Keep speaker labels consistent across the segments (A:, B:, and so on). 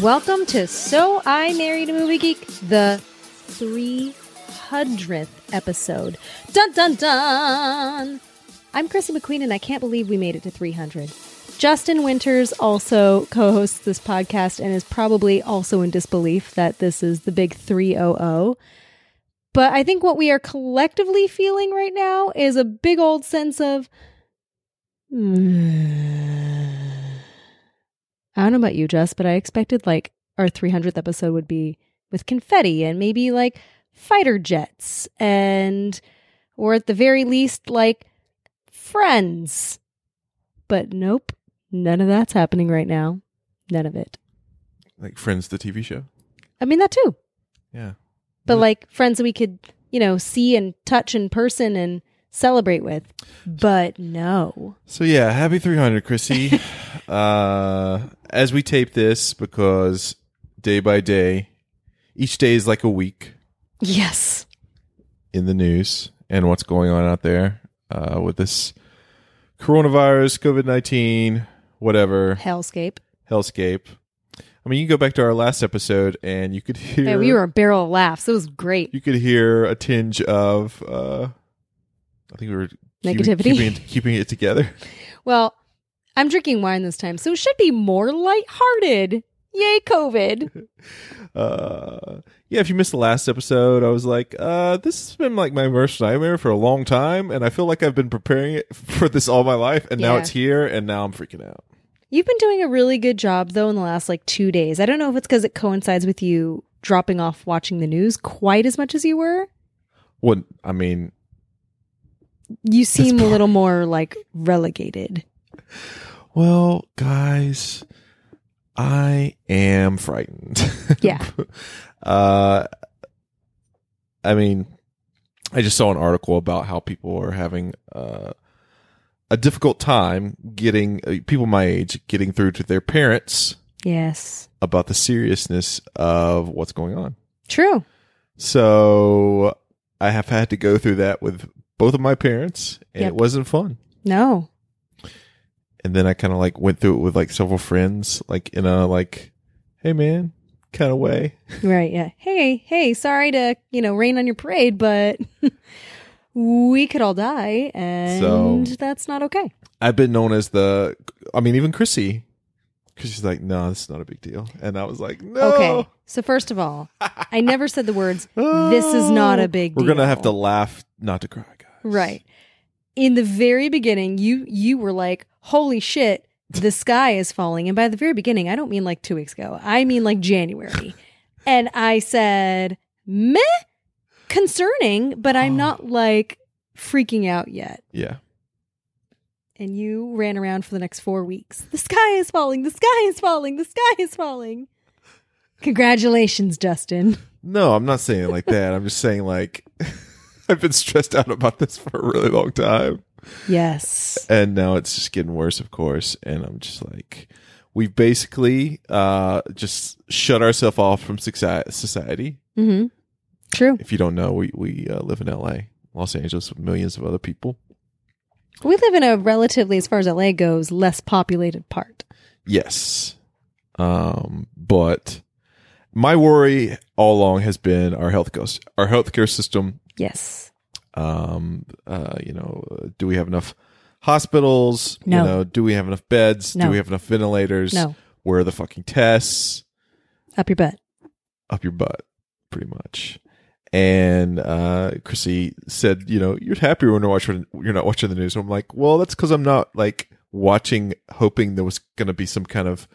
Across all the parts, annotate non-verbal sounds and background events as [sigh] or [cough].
A: Welcome to So I Married a Movie Geek, the 300th episode. Dun dun dun! I'm Chrissy McQueen, and I can't believe we made it to 300. Justin Winters also co hosts this podcast and is probably also in disbelief that this is the big 300. But I think what we are collectively feeling right now is a big old sense of. "Hmm, I don't know about you, Jess, but I expected like our 300th episode would be with confetti and maybe like fighter jets and, or at the very least, like friends. But nope, none of that's happening right now. None of it.
B: like Friends, the TV show.
A: I mean, that too.
B: Yeah,
A: But
B: Yeah.
A: like friends that we could, you know, see and touch in person and celebrate with. But no.
B: So yeah, happy 300, Chrissy. uh, as we tape this, because day by day, each day is like a week
A: Yes.
B: in the news and what's going on out there uh, with this coronavirus, COVID 19, whatever
A: Hellscape.
B: hellscape. I mean, you can go back to our last episode and you could hear
A: Yeah, we were a barrel of laughs. It was great.
B: you could hear a tinge of uh, I think we were keeping-
A: Negativity.
B: keeping it- keeping it together.
A: Well, I'm drinking wine this time, so it should be more lighthearted. Yay,
B: [laughs]
A: COVID.
B: uh yeah if you missed the last episode i was like uh this has been like my worst nightmare for a long time and i feel like i've been preparing it [laughs] for this all my life and now
A: Yeah.
B: it's here and now i'm freaking out
A: You've been doing a really good job, though, in the last like two days. I don't know if it's because it coincides with you dropping off watching the news quite as much as you were.
B: what i mean
A: You seem a little more like relegated.
B: well guys i am frightened [laughs]
A: Yeah.
B: uh i mean i just saw an article about how people are having uh a difficult time getting uh, people my age getting through to their parents
A: Yes.
B: about the seriousness of what's going on.
A: True.
B: So I have had to go through that with both of my parents, and
A: Yep.
B: it wasn't fun.
A: No.
B: And then I kind of like went through it with like several friends, like in a like, hey man, kind of way.
A: Right. Yeah. Hey, hey, sorry to, you know, rain on your parade, but [laughs] we could all die, and that's not okay.
B: I've been known as the, I mean, even Chrissy. Chrissy's like, no, this is not a big deal, and I was like, no.
A: Okay. So, first of all, I never said the words, this is not a big
B: Ah. We're
A: deal.
B: gonna have to laugh, not to cry, guys.
A: Right. In the very beginning, you you were like, "Holy shit, the sky is falling." And by the very beginning, I don't mean like 2 weeks ago. I mean like January. and I said, "Meh, concerning, but I'm
B: Oh.
A: not like freaking out yet."
B: Yeah.
A: And you ran around for the next 4 weeks. The sky is falling. The sky is falling. The sky is falling. Congratulations, Justin.
B: No, I'm not saying it like that. I'm just saying like [laughs] I've been stressed out about this for a really long time.
A: Yes.
B: And now it's just getting worse, of course. And I'm just like we basically uh just shut ourselves off from soci- society.
A: Mhm. True.
B: If you don't know, we we uh, live in LA, Los Angeles with millions of other people.
A: We live in a relatively as far as LA goes, less populated part.
B: Yes. Um but my worry all along has been our health ghost, our healthcare system
A: Yes.
B: um uh you know uh, do we have enough hospitals
A: No.
B: you know do we have enough beds
A: No.
B: do we have enough ventilators
A: No.
B: where are the fucking tests
A: Up your butt. [laughs]
B: up your butt pretty much and uh chrissy said you know you're happier when you're watching you're not watching the news i'm like well that's because i'm not like watching hoping there was gonna be some kind of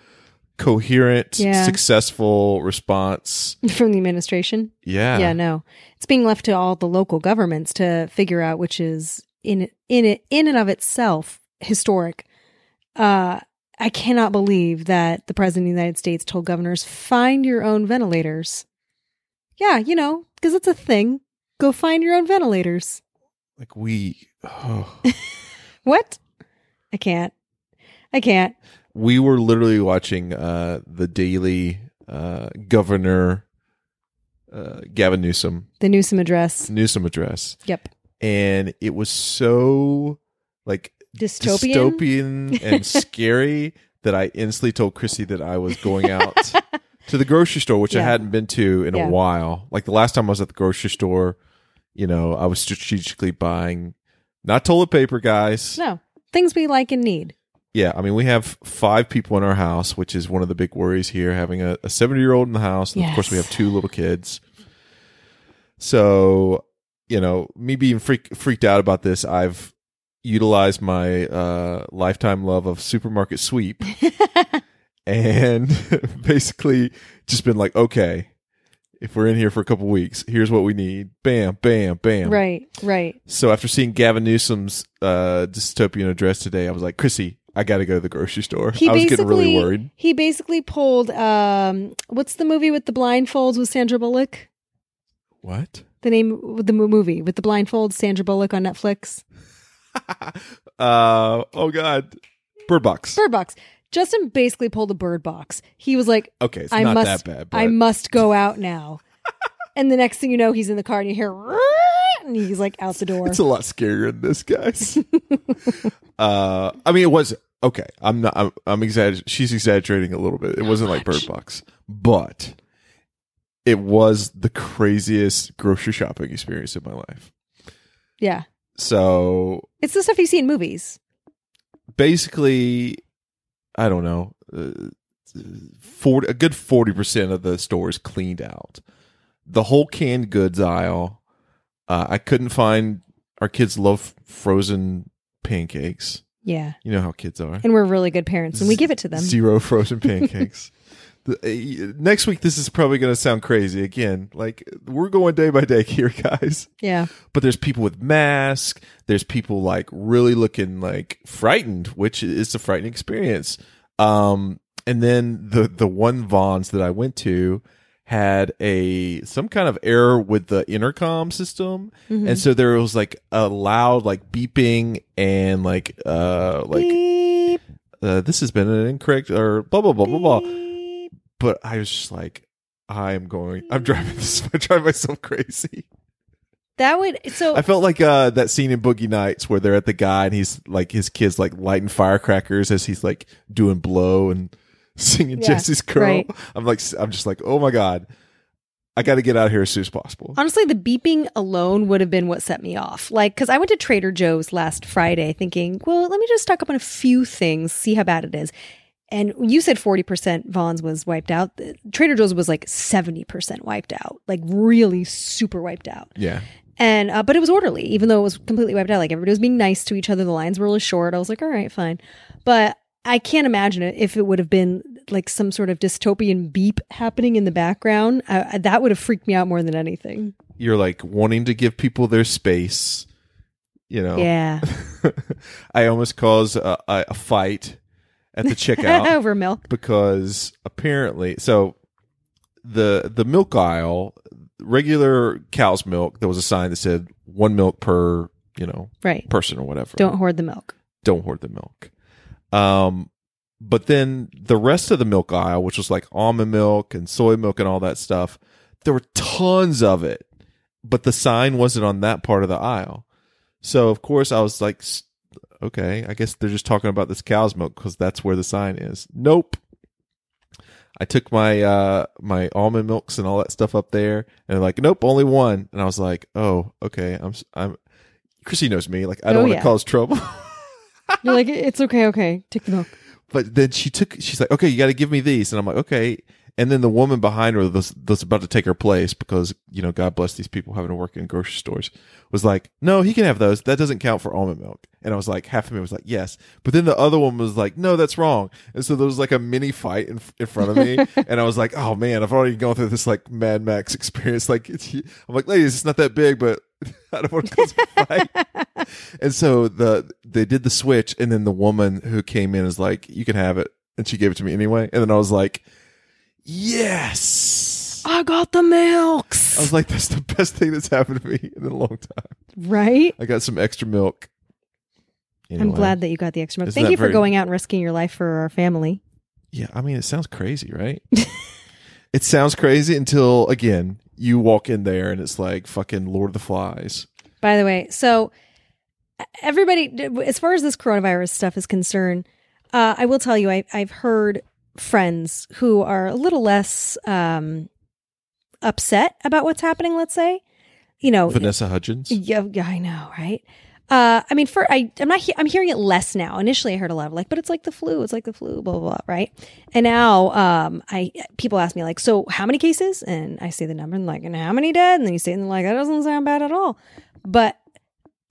B: coherent
A: Yeah.
B: successful response
A: From the administration?
B: yeah
A: Yeah, no. It's being left to all the local governments to figure out which is in in it in and of itself historic. Uh I cannot believe that the president of the United States told governors, find your own ventilators. Yeah, you know, because it's a thing. Go find your own ventilators.
B: Like we, oh.
A: What? I can't. I can't.
B: we were literally watching uh, the daily uh, governor uh, Gavin Newsom
A: The Newsom address.
B: Newsom address,
A: Yep.
B: and it was so like
A: Dystopian.
B: dystopian
A: [laughs]
B: and scary that I instantly told Chrissy that I was
A: [laughs]
B: going out to the grocery store, which I
A: Yeah.
B: hadn't been to in
A: Yeah.
B: a while. Like the last time I was at the grocery store, you know, I was strategically buying not toilet paper, guys.
A: No. Things we like and need. [laughs]
B: Yeah, I mean, we have five people in our house, which is one of the big worries here, having a, a 70 year old in the house. And of course, we
A: Yes.
B: have two little kids. So, you know, me being freak, freaked out about this, I've utilized my uh, lifetime love of supermarket sweep and [laughs] basically just been like, okay, if we're in here for a couple weeks, here's what we need. Bam, bam, bam.
A: Right, right.
B: So after seeing Gavin Newsom's uh, dystopian address today, I was like, Chrissy, I got to go to the grocery store.
A: He
B: I was getting really
A: basically-
B: worried.
A: He basically pulled um what's the movie with the blindfolds with Sandra Bullock?
B: What?
A: The name the mo- movie with the blindfolds Sandra Bullock on Netflix.
B: [laughs] Uh, oh God, Bird Box.
A: Bird Box. Justin basically pulled a bird box. He was like,
B: Okay, it's
A: I
B: not
A: must,
B: that bad. But
A: I must go out now. [laughs] and the next thing you know, he's in the car and you hear, "Rrrr," and he's like out the door.
B: it's a lot scarier than
A: [laughs]
B: this, guys. uh, I mean, it was okay. I'm not. I'm, I'm exaggerating. She's exaggerating a little bit. It wasn't like Bird Box, but it was the craziest grocery shopping experience of my life.
A: yeah,
B: So
A: it's the stuff you see in movies.
B: basically, I don't know, uh, forty a good forty percent of the store is cleaned out. The whole canned goods aisle, uh, I couldn't find. Our kids love frozen pancakes.
A: Yeah,
B: You know how kids are.
A: and we're really good parents, and we give it to them.
B: Zero frozen pancakes. The- uh, Next week, this is probably going to sound crazy again. Like we're going day by day [laughs] here, guys
A: Yeah,
B: but there's people with masks there's people like really looking like frightened which is a frightening experience um and then the the one vons that i went to had a some kind of error with the intercom system
A: Mhm.
B: and so there was like a loud like beeping and like uh like
A: Beep,
B: uh, this has been an incorrect or blah blah blah blah blah
A: beep.
B: but I was just like, I am going. I'm driving [laughs] this. I drive myself crazy.
A: That would so
B: I felt like uh, that scene in Boogie Nights where they're at the guy and he's like his kids like lighting firecrackers as he's like doing blow and [laughs] singing
A: Yeah,
B: Jesse's Curl.
A: right.
B: I'm like I'm just like oh my god, I got to get out of here as soon as possible.
A: Honestly, the beeping alone would have been what set me off. Like, because I went to Trader Joe's last Friday thinking, well, let me just stock up on a few things, see how bad it is. And you said 40% Vaughn's was wiped out. Trader Joe's was like 70% wiped out, like really super wiped out.
B: yeah,
A: And, uh, but it was orderly, even though it was completely wiped out. Like, everybody was being nice to each other. The lines were really short. I was like, all right, fine. But I can't imagine it if it would have been like some sort of dystopian beep happening in the background. I, I- that would have freaked me out more than anything.
B: you're like wanting to give people their space. You know,
A: Yeah.
B: [laughs] I almost caused a, a, a fight at the
A: [laughs]
B: checkout.
A: Over milk.
B: because apparently so the the milk aisle regular cow's milk there was a sign that said one milk per you know
A: Right.
B: person or whatever
A: Don't hoard the milk.
B: don't hoard the milk um but then the rest of the milk aisle which was like almond milk and soy milk and all that stuff there were tons of it but the sign wasn't on that part of the aisle so of course i was like s- okay i guess they're just talking about this cow's milk because that's where the sign is nope i took my uh my almond milks and all that stuff up there and they're like nope only one and i was like oh okay i'm s- i'm chrissy knows me like i don't
A: Oh,
B: want to
A: yeah.
B: cause trouble [laughs]
A: You're like, it's okay, okay. Take the milk.
B: but then she took she's like okay you got to give me these and i'm like okay and then the woman behind her that's, that's about to take her place because you know god bless these people having to work in grocery stores was like no he can have those that doesn't count for almond milk and i was like half of me was like yes but then the other one was like no that's wrong and so there was like a mini fight in, in front of me and i was like oh man i've already gone through this like mad max [laughs] experience like it's, i'm like ladies it's not that big but [laughs] i don't want to cause a fight and so the they did the switch, and then the woman who came in is like, "You can have it. and she gave it to me anyway. And then I was like, yes.
A: [laughs] I got the milks.
B: I was like, that's the best thing that's happened to me in a long time.
A: right?
B: I got some extra milk.
A: I'm
B: Anyway.
A: glad that you got the extra milk.
B: Isn't
A: Thank
B: that
A: you for
B: very-
A: going out and risking your life for our family.
B: Yeah, I mean, it sounds crazy, right? [laughs] it sounds crazy until, again, you walk in there and it's like fucking Lord of the Flies.
A: By the way, so everybody, as far as this coronavirus stuff is concerned, uh, I will tell you, I, I've heard friends who are a little less um, upset about what's happening. Let's say, you know,
B: Vanessa Hudgens.
A: Yeah, yeah, I know, right? Uh, I mean, for I, I'm not. He- I'm hearing it less now. Initially, I heard a lot of like, but it's like the flu. It's like the flu. Blah blah blah. Right? And now, um, I people ask me like, so how many cases? And I say the number and like, and how many dead? And then you say, it and they're like, that doesn't sound bad at all. But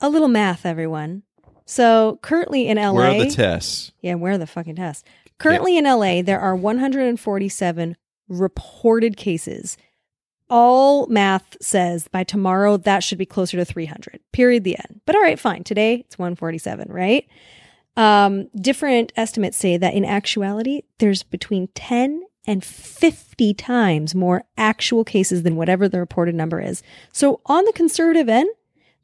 A: a little math, everyone. So currently in LA,
B: Where are the tests?
A: yeah, where are the fucking tests? Currently in LA, there are 147 reported cases. All math says by tomorrow that should be closer to 300. Period. The end. But all right, fine. Today it's 147, right? Um, different estimates say that in actuality, there's between 10 and 50 times more actual cases than whatever the reported number is. So on the conservative end,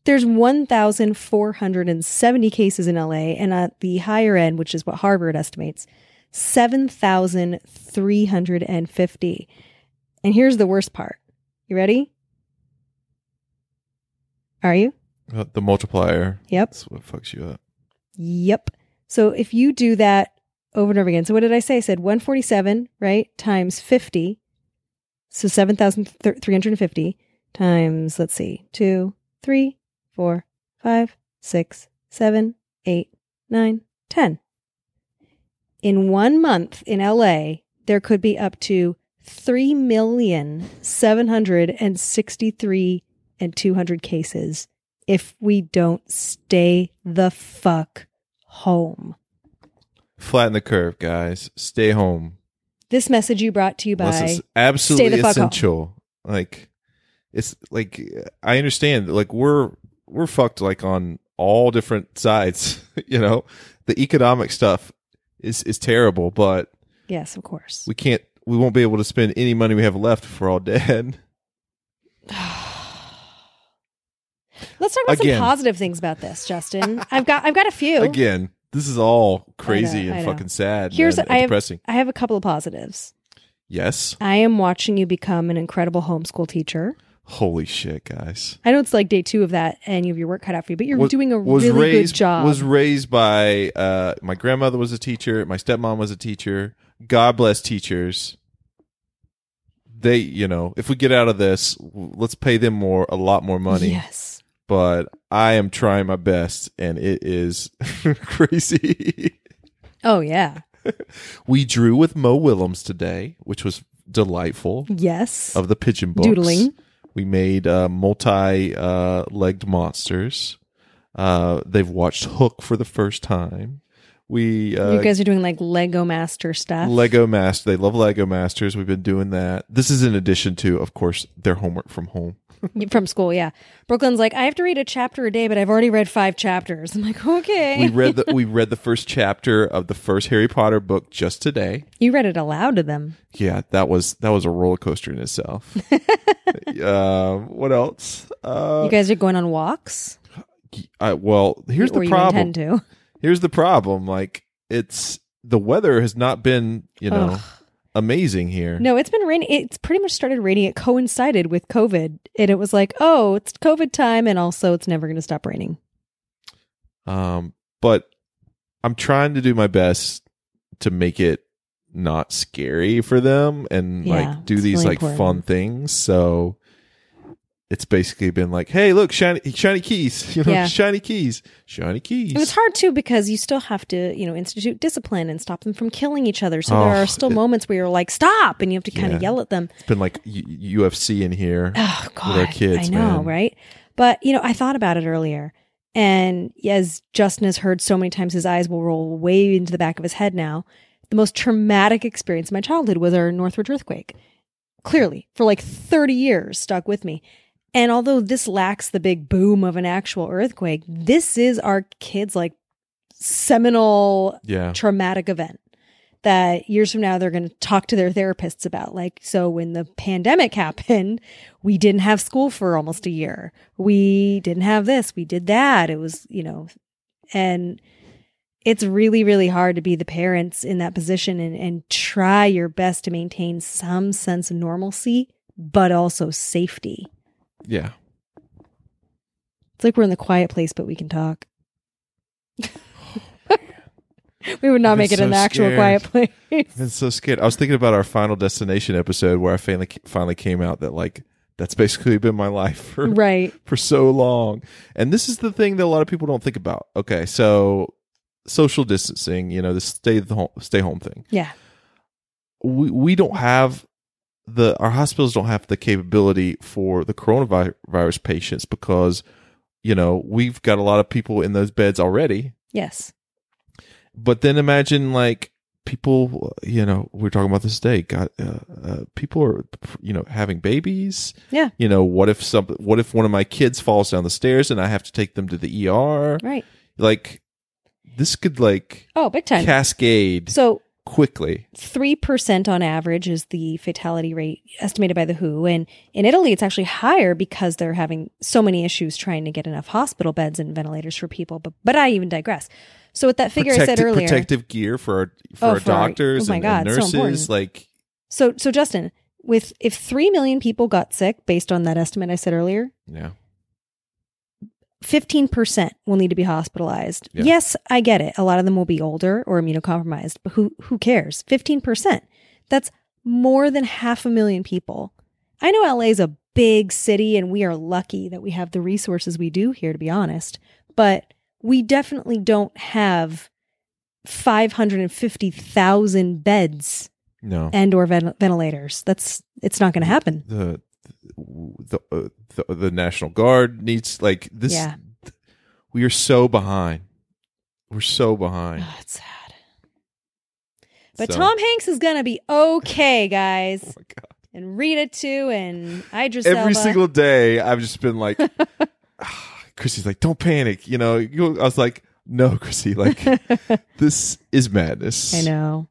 A: there's 1,470 cases in LA, and at the higher end, which is what Harvard estimates, 7,350. And here's the worst part. You ready? Are you?
B: Uh, The multiplier.
A: Yep.
B: That's what fucks you up.
A: Yep. So if you do that over and over again, so what did I say? I said 147, right? Times 50. So 7,350 times, let's see, two, three, four, five, six, seven, eight, nine, ten. In one month in LA, there could be up to 3,763 and 200 cases if we don't stay the fuck home.
B: Flatten the curve, guys. Stay home.
A: This message you brought to you
B: Unless
A: by
B: it's absolutely
A: Stay the fuck home.
B: essential. Like it's like I understand. Like we're we're fucked like on all different sides. [laughs] you know, the economic stuff is is terrible, but
A: yes, of course.
B: we can't. We won't be able to spend any money we have left if we're all dead.
A: Let's talk about
B: Again.
A: some positive things about this,
B: [laughs]
A: Justin. I've got I've got a few.
B: Again, this is all crazy
A: I
B: and
A: know.
B: fucking sad.
A: Here's-
B: man, and
A: I have-
B: depressing.
A: I have a couple of positives.
B: Yes.
A: I am watching you become an incredible homeschool teacher.
B: Holy shit, guys.
A: I know it's like day two of that, and you have your work cut out for you, but you're
B: was-
A: doing a
B: was
A: really
B: raised,
A: good job.
B: Was raised by uh, my grandmother was a teacher, my stepmom was a teacher. God bless teachers. They, you know, if we get out of this, w- let's pay them more, a lot more money.
A: Yes.
B: But I am trying my best, and it is [laughs] crazy.
A: Oh yeah.
B: we drew with Mo Willems today, which was delightful.
A: Yes.
B: Of the pigeon books,
A: Doodling.
B: We made uh, multi-legged monsters. Uh, they've watched Hook for the first time. We uh,
A: you guys are doing like Lego master stuff.
B: Lego Master. They love Lego Masters. We've been doing that. This is in addition to, of course, their homework from home.
A: From school, yeah. Brooklyn's like, I have to read a chapter a day, but I've already read five chapters. I'm like, okay. [laughs]
B: We read the we read the first chapter of the first Harry Potter book just today.
A: you read it aloud to them.
B: Yeah, that was that was a roller coaster
A: [laughs]
B: in itself. uh, what else? Uh,
A: you guys are going on walks.
B: I, well, here's
A: or
B: the
A: you
B: problem.
A: intend to.
B: here's the problem like it's the weather has not been you know
A: Ugh.
B: amazing here
A: No, it's been raining. It's pretty much started raining. It coincided with COVID, and it was like, oh, it's COVID time, and also it's never going to stop raining.
B: um but i'm trying to do my best to make it not scary for them and
A: Yeah,
B: like do
A: it's
B: these
A: really
B: like
A: important.
B: fun things so it's basically been like hey look shiny shiny keys [laughs] you know
A: Yeah.
B: shiny keys shiny keys
A: And it's hard too because you still have to, you know, institute discipline and stop them from killing each other. So there
B: Oh,
A: are still
B: it-
A: moments where you're like, stop, and you have to kind
B: Yeah.
A: of yell at them.
B: it's been like U- ufc in here
A: Oh God,
B: our kids,
A: I know,
B: man.
A: right? But you know, I thought about it earlier, and as Justin has heard so many times, his eyes will roll way into the back of his head now. The most traumatic experience of my childhood was our Northridge earthquake. Clearly, for like thirty years, stuck with me. And although this lacks the big boom of an actual earthquake, this is our kids' like seminal
B: yeah
A: traumatic event that years from now they're going to talk to their therapists about. Like, so when the pandemic [laughs] happened, we didn't have school for almost a year. We didn't have this. We did that. It was, you know, and it's really, really hard to be the parents in that position and, and try your best to maintain some sense of normalcy, but also safety.
B: Yeah.
A: It's like we're in the quiet place, but we can talk. [laughs] we would not
B: I'm
A: make it
B: so
A: an actual
B: scared.
A: quiet place.
B: I've been so scared. I was thinking about our Final Destination episode where I finally finally came out that like that's basically been my [laughs] life for
A: right.
B: for so long. And this is the thing that a lot of people don't think about. Okay, so social distancing, you know, the stay the home, stay home thing.
A: Yeah.
B: We we don't have the our hospitals don't have the capability for the coronavirus patients because you know, we've got a lot of people in those beds already
A: Yes.
B: but then imagine like people you know we we're talking about this day got uh, uh, people are you know having babies
A: Yeah.
B: you know what if some what if one of my kids falls down the stairs and i have to take them to the er
A: Right.
B: like this could like
A: Oh, big time.
B: cascade
A: So
B: quickly
A: 3% on average is the fatality rate estimated by the WHO. And in Italy, it's actually higher because they're having so many issues trying to get enough hospital beds and ventilators for people. But, but I even digress. So, with that figure I said
B: Protective-
A: earlier.
B: protective gear for our for
A: Oh,
B: our
A: for our-
B: doctors
A: oh my
B: and, and
A: God, so
B: nurses
A: important.
B: like
A: So, so Justin, with if 3 million people got sick based on that estimate I said earlier,
B: yeah
A: 15% will need to be hospitalized.
B: Yeah.
A: Yes, I get it. A lot of them will be older or immunocompromised, but who who cares? 15%. That's more than half a million people. I know LA is a big city and we are lucky that we have the resources we do here to be honest, but we definitely don't have 550,000 beds
B: no
A: and or ven- ventilators. That's it's not going to happen.
B: the the, uh, the the national guard needs like this
A: Yeah.
B: we are so behind we're
A: [sighs]
B: so behind
A: Oh, it's sad. But
B: So-
A: Tom Hanks is gonna be okay, guys.
B: Oh my God.
A: and Rita too, and Idris
B: every
A: Elba. [laughs]
B: single day i've just been like [sighs] ah, chrissy's like don't panic you know you, i was like no chrissy
A: [laughs]
B: like this is madness
A: I
B: [laughs]
A: know.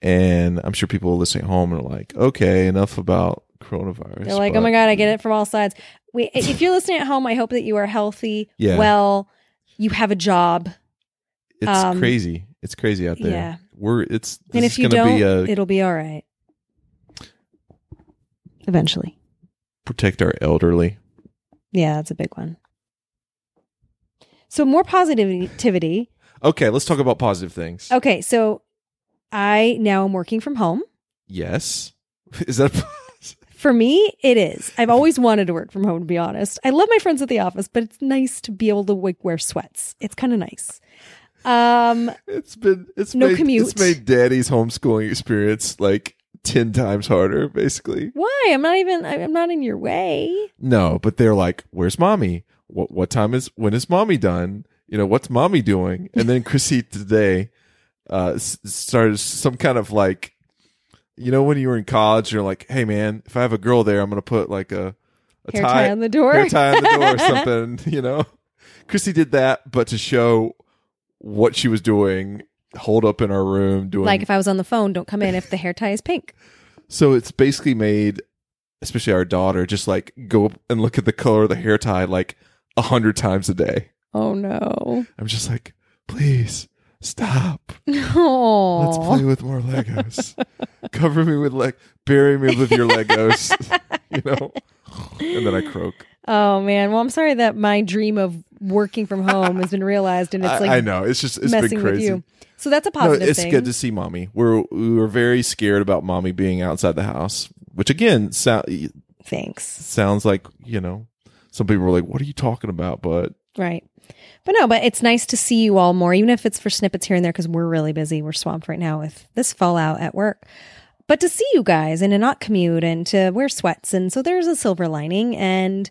B: and i'm sure people listening at home are like okay enough about coronavirus
A: They're like,
B: but-
A: oh my god, I get it from all sides. Wait, if you're listening at home, I hope that you are healthy,
B: Yeah.
A: well, you have a job,
B: it's
A: um,
B: crazy it's crazy out there
A: yeah.
B: we're it's this
A: and
B: is
A: if you
B: gonna
A: don't,
B: be a
A: it'll be all right. Eventually,
B: protect our elderly
A: yeah, that's a big one. So more positivity.
B: okay let's talk about positive things
A: Okay, so I now am working from home.
B: Yes. [laughs] Is that
A: For me, it is. I've always wanted to work from home, to be honest. I love my friends at the office, but it's nice to be able to like, wear sweats. It's kind of nice. Um,
B: [laughs] it's been it's
A: No
B: made,
A: commute.
B: It's made daddy's homeschooling experience like ten times harder, basically.
A: why? I'm not even. I- I'm not in your way.
B: No, but they're like, Where's mommy? What what time is when is mommy done? You know, what's mommy
A: [laughs]
B: doing? And then Chrissy today uh s- started some kind of like you know when you were in college, you're like, Hey man, if I have a girl there, I'm gonna put like a a
A: Hair tie, on the door.
B: hair tie on the
A: [laughs]
B: door or something, you know. Chrissy did that, but to show what she was doing, holed up in our room doing.
A: like if I was on the phone, don't come in if the hair tie is pink.
B: so it's basically made, especially our daughter, just like go up and look at the color of the hair tie like a hundred times a day.
A: Oh [laughs] no.
B: I'm just like, please stop.
A: Oh.
B: Let's play with more Legos. Cover me with like, bury me with
A: [laughs]
B: your Legos, [laughs] you know. And then I croak.
A: Oh man. Well, I'm sorry that my dream of working from home has been realized, and it's
B: I,
A: like
B: I know it's just it's
A: messing
B: been crazy.
A: with you. So that's a positive
B: it's
A: thing.
B: good to see mommy. We're we were very scared about mommy being outside the house, which again so,
A: Thanks.
B: sounds like you know some people were like, "What are you talking about?" But
A: Right. But no, but it's nice to see you all more, even if it's for snippets here and there, because we're really busy. We're swamped right now with this fallout at work. But to see you guys and to not commute and to wear sweats. And so there's a silver lining. And,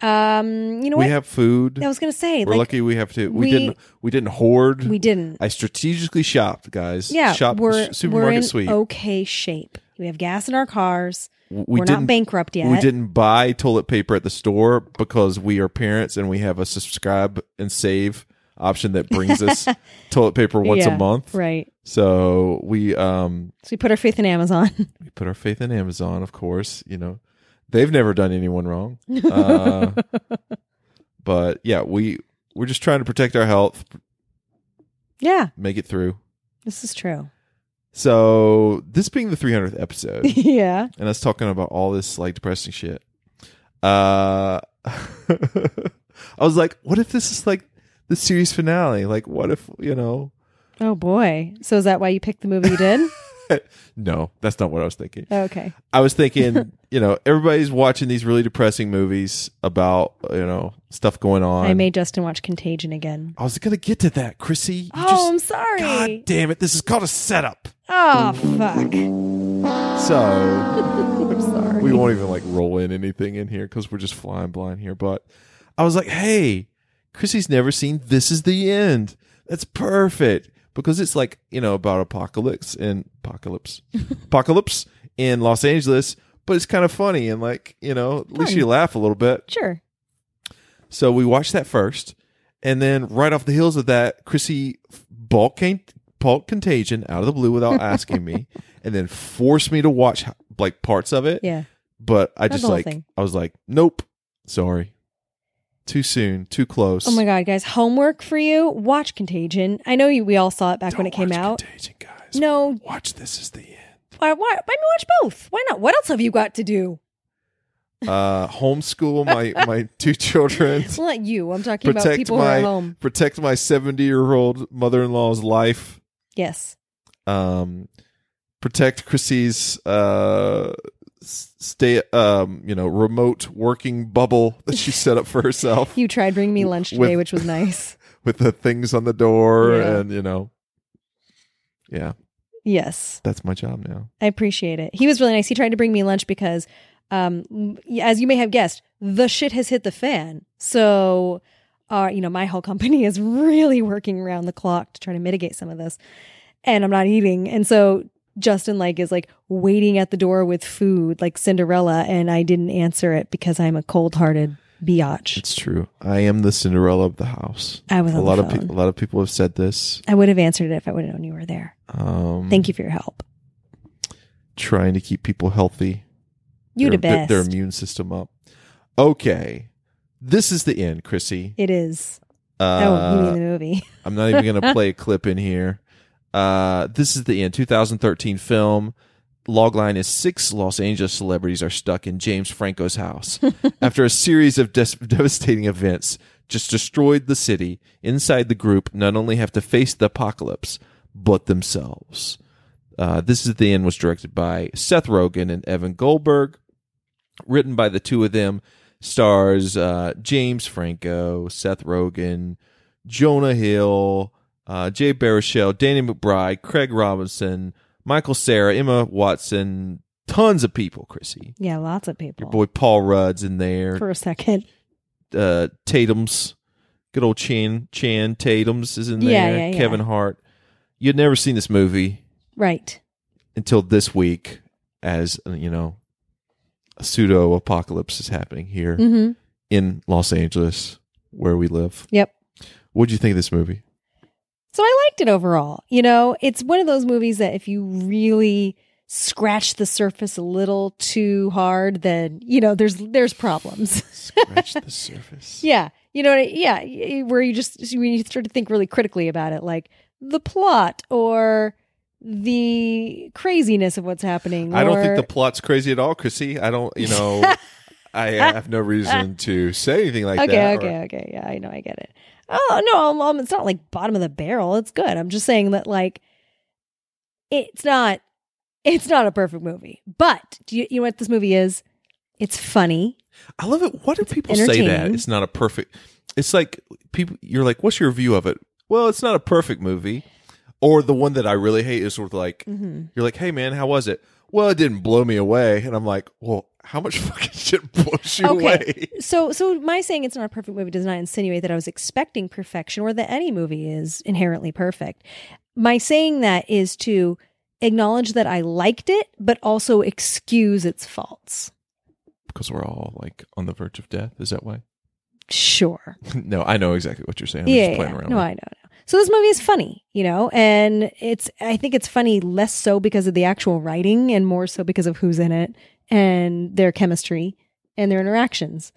A: um, you know
B: we
A: what?
B: have food.
A: I was going to say,
B: we're
A: like,
B: lucky we have to. We,
A: we-
B: didn't we didn't hoard.
A: we didn't.
B: I strategically shopped, guys.
A: Yeah.
B: shop
A: we're,
B: s-
A: we're in
B: supermarket sweep.
A: okay shape. We have gas in our cars.
B: we
A: are
B: didn't.
A: not bankrupt yet.
B: we didn't buy toilet paper at the store because we are parents and we have a subscribe and save. option that brings us
A: [laughs]
B: toilet paper once
A: Yeah,
B: a month.
A: Right.
B: So we um
A: So we put our faith in Amazon. [laughs]
B: we put our faith in Amazon, of course. You know, they've never done anyone wrong. Uh, but yeah, we we're just trying to protect our health,
A: yeah,
B: make it through.
A: this is true. [laughs]
B: So this being the 300th episode,
A: yeah.
B: and us talking about all this like depressing shit. Uh, [laughs] I was like, what if this is like the series finale? Like, what if you know? [laughs]
A: Oh boy. So is that why you picked the movie you did?
B: No, that's not what I was thinking.
A: okay.
B: I was thinking, [laughs] you know, everybody's watching these really depressing movies about you know stuff going on.
A: I made Justin watch Contagion again.
B: I was gonna get to that, Chrissy. You
A: Oh, I'm sorry.
B: God [laughs] damn it! This is called a setup.
A: Oh fuck. [laughs]
B: So
A: I'm sorry.
B: we won't even like roll in anything in here because we're just flying blind here. But I was like, hey, Chrissy's never seen This Is the End. That's perfect because it's like you know about apocalypse and
A: [laughs]
B: apocalypse, apocalypse in Los Angeles. But it's kind of funny and like you know, at least
A: Fun.
B: you laugh a little bit.
A: sure.
B: So we watched that first, and then right off the heels of that, Chrissy bought, can- bought Contagion out of the blue
A: [laughs]
B: without asking me, and then forced me to watch like parts of it.
A: Yeah.
B: But I
A: Not
B: just
A: the whole
B: like
A: thing.
B: I was like, nope, sorry, too soon, too close.
A: Oh my god, guys, homework for you. Watch Contagion. I know you, we all saw it back when it came
B: Don't watch
A: out.
B: Contagion, guys.
A: No,
B: watch this is the end.
A: why, why? I mean, watch both. Why not? What else have you got to do?
B: Uh, homeschool my my
A: [laughs]
B: two children.
A: Well, not you. I'm talking about
B: Protect
A: people who are at
B: my
A: home.
B: protect my seventy year old mother in law's life.
A: Yes.
B: um, protect Chrissy's uh, s- stay, um, you know, remote working bubble [laughs] that she set up for herself
A: You tried bringing me lunch
B: With-
A: today, which was nice.
B: [laughs] with the things on the door,
A: Yeah.
B: and you know, yeah,
A: Yes.
B: that's my job now.
A: I appreciate it. He was really nice. He tried to bring me lunch because, um, as you may have guessed, the shit has hit the fan. So, uh, you know, my whole company [laughs] is really working around the clock to try to mitigate some of this, and I'm not eating. And so Justin like is like waiting at the door with food, like Cinderella, and I didn't answer it because I'm a cold hearted biatch.
B: It's true. I am the Cinderella of the house.
A: I was
B: A
A: on
B: lot
A: the
B: of
A: phone.
B: pe- a lot of people have said this.
A: I would have answered it if I would have known you were there.
B: Um,
A: Thank you for your help.
B: Trying to keep people healthy.
A: You
B: their,
A: the best.
B: Their immune system up. Okay, this is the end, Chrissy.
A: it is.
B: Uh,
A: oh, you mean the movie? [laughs]
B: I'm not even going to play a clip in here. Uh, this is the end 2013 film. Logline is six Los Angeles celebrities are stuck in James Franco's house after a series of des- devastating events just destroyed the city. Inside the group, not only have to face the apocalypse, but themselves. Uh, this is the end was directed by Seth Rogen and Evan Goldberg written by the two of them, stars uh, James Franco, Seth Rogen, Jonah Hill, uh, Jay Baruchel, Danny McBride, Craig Robinson, Michael Sarah, Emma Watson, tons of people, Chrissy.
A: yeah, lots of people.
B: Your boy Paul Rudd's in there.
A: for a second.
B: Uh, Tatum's, good old Chan Chan Tatum's is in there.
A: Yeah, yeah, yeah.
B: Kevin Hart. You'd never seen this movie
A: Right.
B: until this week, as uh, you know, a pseudo apocalypse is happening here.
A: Mm-hmm.
B: in Los Angeles, where we live.
A: Yep.
B: What do you think of
A: [laughs]
B: this movie?
A: So I liked it overall. You know, it's one of those movies that if you really scratch the surface a little too hard, then you know there's there's problems. [laughs]
B: Scratch the surface.
A: yeah. You know, what I, yeah, y- where you just when you start to think really critically about it, like the plot or the craziness of what's happening.
B: I don't
A: or-
B: think the plot's crazy at all, Chrissy. I don't, you
A: [laughs]
B: know, I have no reason to say anything like
A: okay,
B: that. or-
A: okay, okay. Yeah, I know, I get it. Oh no, I'm, I'm- it's not like bottom of the barrel. It's good. I'm just saying that like it's not it's not a perfect movie, but do you, you know what this movie is? It's funny.
B: I love it. Why do people say that?
A: entertaining.
B: It's not a perfect. It's like people. You're like, what's your view of it? Well, it's not a perfect movie. Or the one that I really hate is sort of like,
A: Mm.
B: you're like, hey man, how was it? Well, it didn't blow me away, and I'm like, well, how much [laughs] fucking shit blows you away?
A: So so my saying it's not a perfect movie does not insinuate that I was expecting perfection or that any movie is inherently perfect. My saying that is to acknowledge that I liked it, but also excuse its faults.
B: because we're all like on the verge of death. Is that why? [laughs]
A: sure.
B: no, I know exactly what you're saying. I'm
A: yeah,
B: just playing
A: yeah.
B: around.
A: No,
B: with
A: I know. I know. So this movie is funny, you know, and it's I think it's funny less so because of the actual writing and more so because of who's in it and their chemistry and their interactions.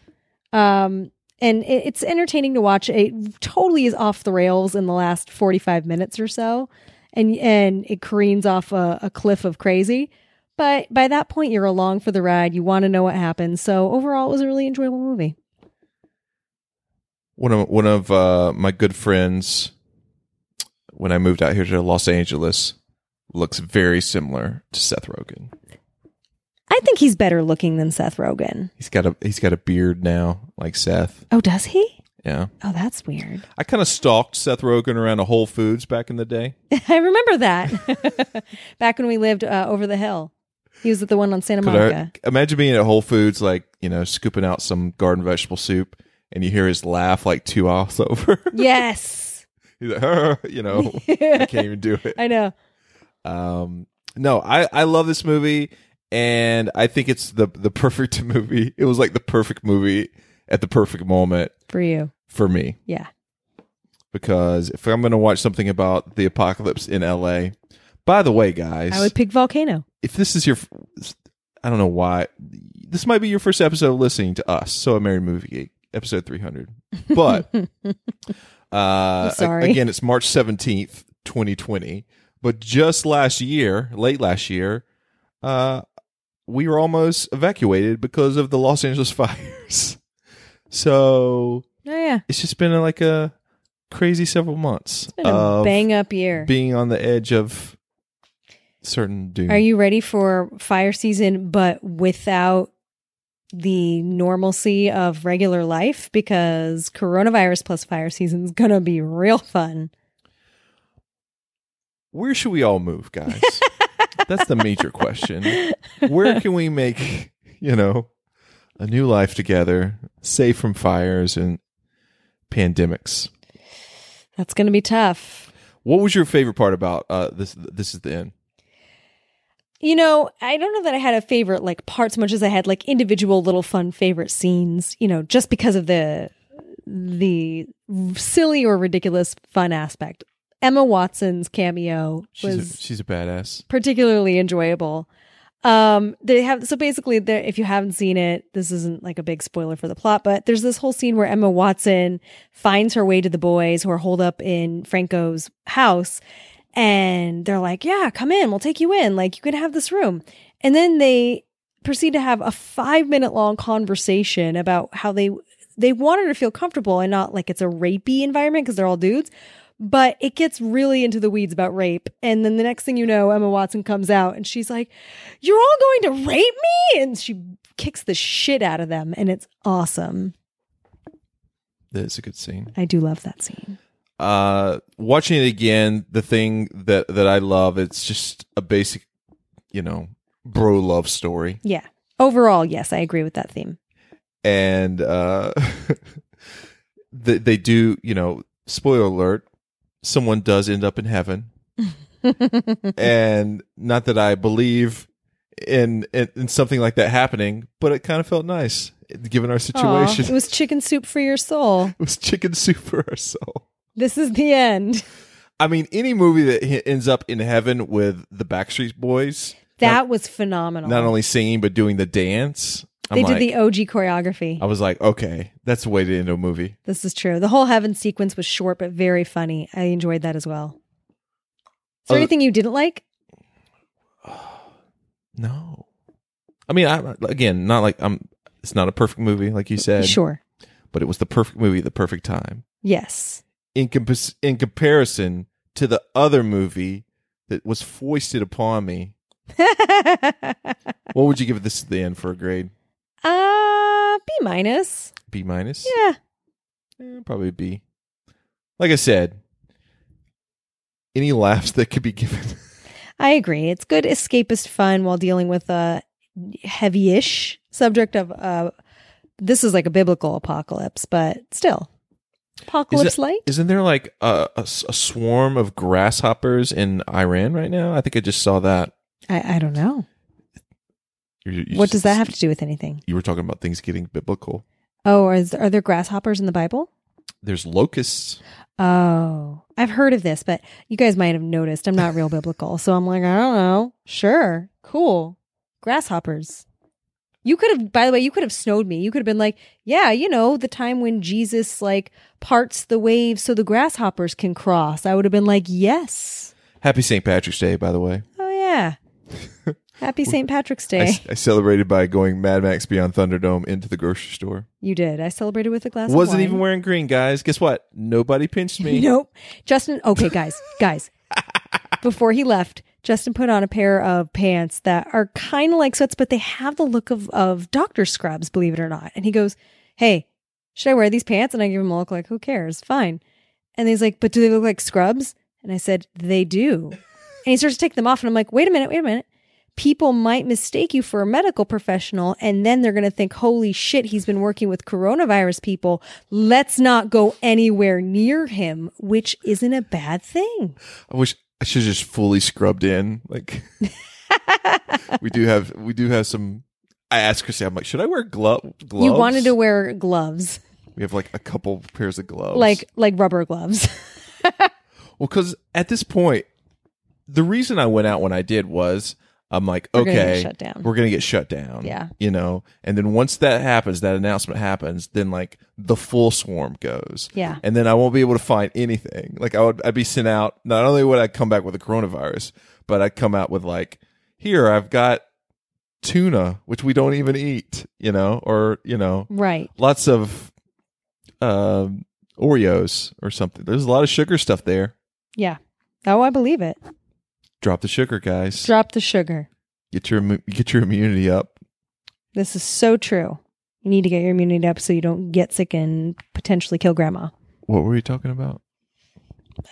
A: Um and it, it's entertaining to watch. It totally is off the rails in the last 45 minutes or so. And and it careens off a, a cliff of crazy. But by that point you're along for the ride. You want to know what happens. So overall it was a really enjoyable movie.
B: one of one of uh, my good friends when I moved out here to Los Angeles looks very similar to Seth Rogen.
A: I think he's better looking than Seth Rogen.
B: He's got a he's got a beard now, like Seth.
A: Oh, does he?
B: Yeah,
A: Oh, that's weird. [laughs]
B: I kind of stalked Seth Rogen around a Whole Foods back in the day.
A: I remember that [laughs] back when we lived uh, over the hill. He was at the one on Santa
B: Could
A: Monica.
B: I, imagine being at Whole Foods, like you know, scooping out some garden vegetable soup, and you hear his laugh like two [laughs] aisles over. [laughs]
A: yes,
B: He's like, "Huh," you know, Oh, I can't even do it.
A: [laughs] I know.
B: Um, no, I I love this movie, and I think it's the the perfect [laughs] movie. It was like the perfect movie at the perfect moment
A: For you,
B: for me
A: yeah.
B: because if I'm going to watch something about the apocalypse in L.A. By the way, guys,
A: I would pick Volcano.
B: if this is your, f- I don't know why, this might be your first episode listening to us. So a married movie geek
A: [laughs]
B: episode 300, but uh, a-
A: sorry.
B: again, it's March 17th, 2020. But just last year, late last year, uh, we were almost evacuated because of the Los Angeles [laughs] fires. So
A: Oh yeah,
B: it's just been like a crazy several months
A: been a
B: of
A: bang up year.
B: being on the edge of certain doom.
A: Are you ready for fire season, but without the normalcy of regular life? Because coronavirus plus fire season is gonna be real fun.
B: where should we all move, guys? That's the major question. Where can we make, you know, a new life together, safe from fires and pandemics?
A: That's gonna be tough.
B: What was your favorite part about uh, this? This is the end.
A: You know, I don't know that I had a favorite like part so much as I had like individual little fun favorite scenes, you know, just because of the the silly or ridiculous fun aspect. Emma Watson's cameo
B: She's
A: was
B: a, she's a badass.
A: particularly enjoyable. Um, they have so basically, there if you haven't seen it, this isn't like a big spoiler for the plot, but there's this whole scene where Emma Watson finds her way to the boys who are holed up in Franco's house, and they're like, "Yeah, come in, we'll take you in. Like, you can have this room." And then they proceed to have a five minute long conversation about how they they want her to feel comfortable and not like it's a rapey environment because they're all dudes but it gets really into the weeds about rape and then the next thing you know emma watson comes out and she's like you're all going to rape me and she kicks the shit out of them and it's awesome
B: That's a good scene.
A: i do love that scene
B: uh watching it again the thing that that i love it's just a basic you know bro love story
A: yeah overall yes i agree with that theme
B: and uh [laughs] they, they do you know spoiler alert someone does end up in heaven
A: [laughs]
B: and not that i believe in, in in something like that happening but it kind of felt nice given our
A: Aw,
B: situation [laughs]
A: it was chicken soup for your soul
B: it was chicken soup for our soul
A: this is the end
B: i mean any movie that he- ends up in heaven with the backstreet boys
A: that was phenomenal
B: not only singing but doing the dance. I'm
A: they
B: like,
A: did the og choreography
B: I was like, okay, that's the way to end a movie.
A: This is true. The whole heaven sequence was short but very funny. I enjoyed that as well. Is there
B: Other-
A: anything you didn't like?
B: No, I mean, I again, not like I'm. It's not a perfect movie, like you said,
A: Sure.
B: but it was the perfect movie at the perfect time.
A: Yes. [laughs]
B: In compas- in comparison to the other movie that was foisted upon me,
A: uh
B: what would you give this at the end for a grade?
A: B minus.
B: B minus,
A: Yeah.
B: Eh, probably a B. Like I said, any laughs that could be given. [laughs]
A: I agree. It's good escapist fun while dealing with a heavy-ish subject of uh this is like a biblical apocalypse, but still. Apocalypse light?
B: Isn't there like a, a s- a swarm of grasshoppers in Iran right now? I think I just saw that.
A: I, I don't know.
B: You- you
A: what
B: just-
A: does that have to do with anything?
B: You were talking about things getting biblical.
A: Oh, are, is- are there grasshoppers in the Bible?
B: There's locusts.
A: Oh, I've heard of this, but you guys might have noticed I'm not real biblical. So I'm like, I don't know. Sure. Cool. Grasshoppers. You could have, by the way, you could have snowed me. You could have been like, yeah, you know, the time when Jesus like parts the waves so the grasshoppers can cross. I would have been like, yes.
B: Happy St. Patrick's Day, by the way.
A: Oh,
B: [laughs]
A: yeah. Happy St. Patrick's
B: I,
A: Day.
B: s- I celebrated by going Mad Max Beyond Thunderdome into the grocery store.
A: You did. I celebrated with a glass of
B: Wasn't
A: wine.
B: even wearing green, guys. Guess what? Nobody pinched
A: [laughs]
B: me.
A: Nope. Justin, okay, guys, guys. Before he left, Justin put on a pair of pants that are kind of like sweats, but they have the look of, of doctor scrubs, believe it or not. And he goes, Hey, should I wear these pants? And I give him a look like, Who cares? Fine. And he's like, But do they look like scrubs? And I said, They do. And he starts to take them off. And I'm like, Wait a minute, wait a minute. People might mistake you for a medical professional, and then they're going to think, holy shit, he's been working with coronavirus people. Let's not go anywhere near him, which isn't a bad thing.
B: I wish I should have just fully scrubbed in.
A: [laughs]
B: Like we do have we do have some I asked Chrissy, I'm like, should I wear glo- gloves?
A: You wanted to wear gloves,
B: We have like a couple pairs of gloves.
A: like like rubber gloves. [laughs]
B: Well, because at this point, the reason I went out when I did was I'm like,
A: We're gonna get
B: okay,
A: shut down.
B: we're gonna get shut down.
A: Yeah.
B: you know. And then once that happens, that announcement happens, then like the full swarm goes.
A: Yeah.
B: and then I won't be able to find anything. Like I would, I'd be sent out. Not only would I come back with a coronavirus, but I'd come out with like, here I've got tuna, which we don't even eat. You know, or you know,
A: right.
B: lots of um Oreos or something. There's a lot of sugar stuff there.
A: Yeah. Oh, I believe it.
B: Drop the sugar, guys.
A: Drop the sugar.
B: Get your immu- get your immunity up.
A: This is so true. You need to get your immunity up so you don't get sick and potentially kill grandma.
B: What were you talking about?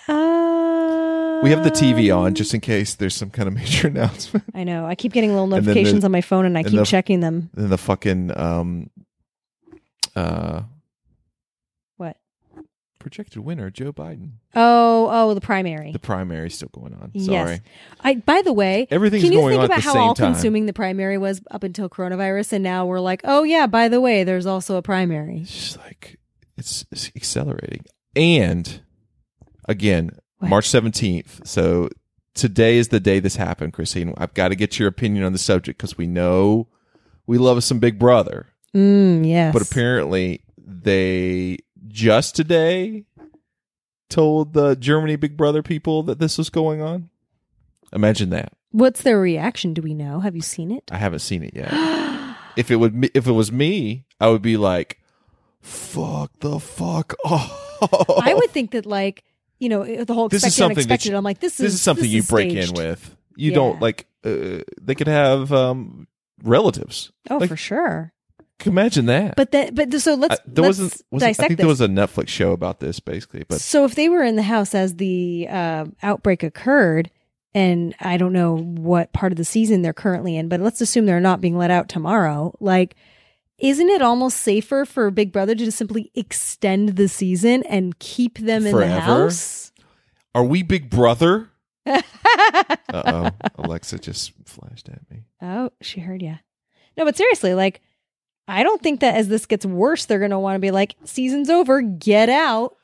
A: Uh,
B: We have the TV on just in case there's some kind of [laughs] major announcement.
A: I know. I keep getting little
B: then the-
A: notifications on my phone and I
B: and
A: keep
B: the-
A: checking them.
B: then the fucking um uh
A: What?
B: projected winner Joe Biden.
A: Oh, oh, the primary.
B: The primary's still going on. Sorry.
A: Yes. I by the way,
B: Everything's
A: can you
B: going
A: think
B: on at
A: about
B: the
A: how
B: same
A: all
B: time.
A: consuming the primary was up until coronavirus and now we're like, "Oh yeah, by the way, there's also a primary."
B: It's just like it's, it's accelerating. And again,
A: What?
B: March 17th. So today is the day this happened, Christine. I've got to get your opinion on the subject cuz we know we love some Big Brother.
A: Mm, yes.
B: But apparently, they just today told the Germany Big Brother people that this was going on. Imagine that.
A: What's their reaction? Do we know? Have you seen it?
B: I haven't seen
A: [gasps]
B: it yet. if it would, me- if it was me, I would be like, "Fuck the fuck [laughs] off."
A: I would think that like, you know, the whole
B: Oh. This
A: expected
B: is something that
A: unexpected.
B: you-
A: I'm like, this,
B: This
A: is
B: is something
A: this
B: you break
A: staged.
B: in with. You
A: Yeah.
B: don't like. Uh, they could have um, relatives.
A: Oh,
B: Like,
A: for sure.
B: Imagine that.
A: But then but th- so
B: I,
A: let's
B: there
A: let's
B: wasn't. was I
A: dissect
B: think
A: this.
B: there was a Netflix show about this, basically. But
A: so if they were in the house as the uh, outbreak occurred and i don't know what part of the season they're currently in but let's assume they're not being let out tomorrow like isn't it almost safer for big brother to just simply extend the season and keep them in
B: Forever?
A: the house [laughs]
B: Are we Big Brother? [laughs] uh oh. Alexa just flashed at me.
A: oh she heard ya. no but seriously like i don't think that as this gets worse they're gonna want to be like season's over get out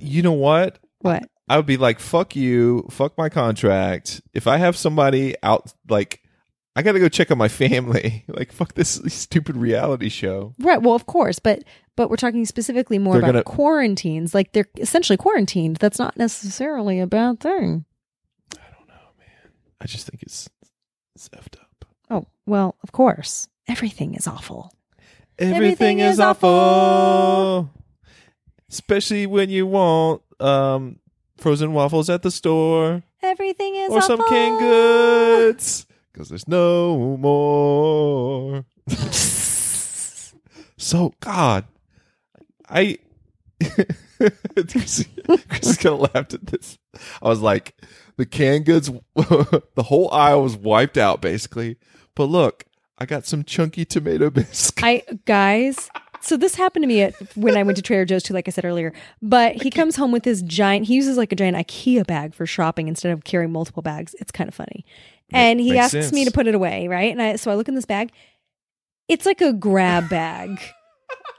B: You know what?
A: what
B: I would be like, fuck you, fuck my contract. If I have somebody out, like, I got to go check on my family. [laughs] Like, fuck this stupid reality show.
A: Right. Well, of course, but but we're talking specifically more
B: They're
A: about
B: gonna-
A: quarantines. Like they're essentially quarantined. That's not necessarily a bad thing.
B: I just think it's, it's effed up.
A: Oh well, of course, everything is awful.
B: Everything,
A: Everything
B: is
A: is
B: awful.
A: awful.
B: Especially when you want um, frozen waffles at the store
A: Everything is
B: or
A: awful.
B: some canned goods because there's no more.
A: [laughs]
B: So God, I [laughs] Chris Chris kind of laughed at this. I was like, the canned goods, [laughs] the whole aisle was wiped out basically. But look, I got some chunky tomato
A: [laughs]
B: biscuit.
A: I guys. So this happened to me at, when I went to Trader Joe's too, like I said earlier. But he comes home with his giant. He uses like a giant IKEA bag for shopping instead of carrying multiple bags. It's kind of funny. And he
B: makes
A: asks me
B: sense.
A: to put it away, right? And I so I look in this bag. It's like a grab bag.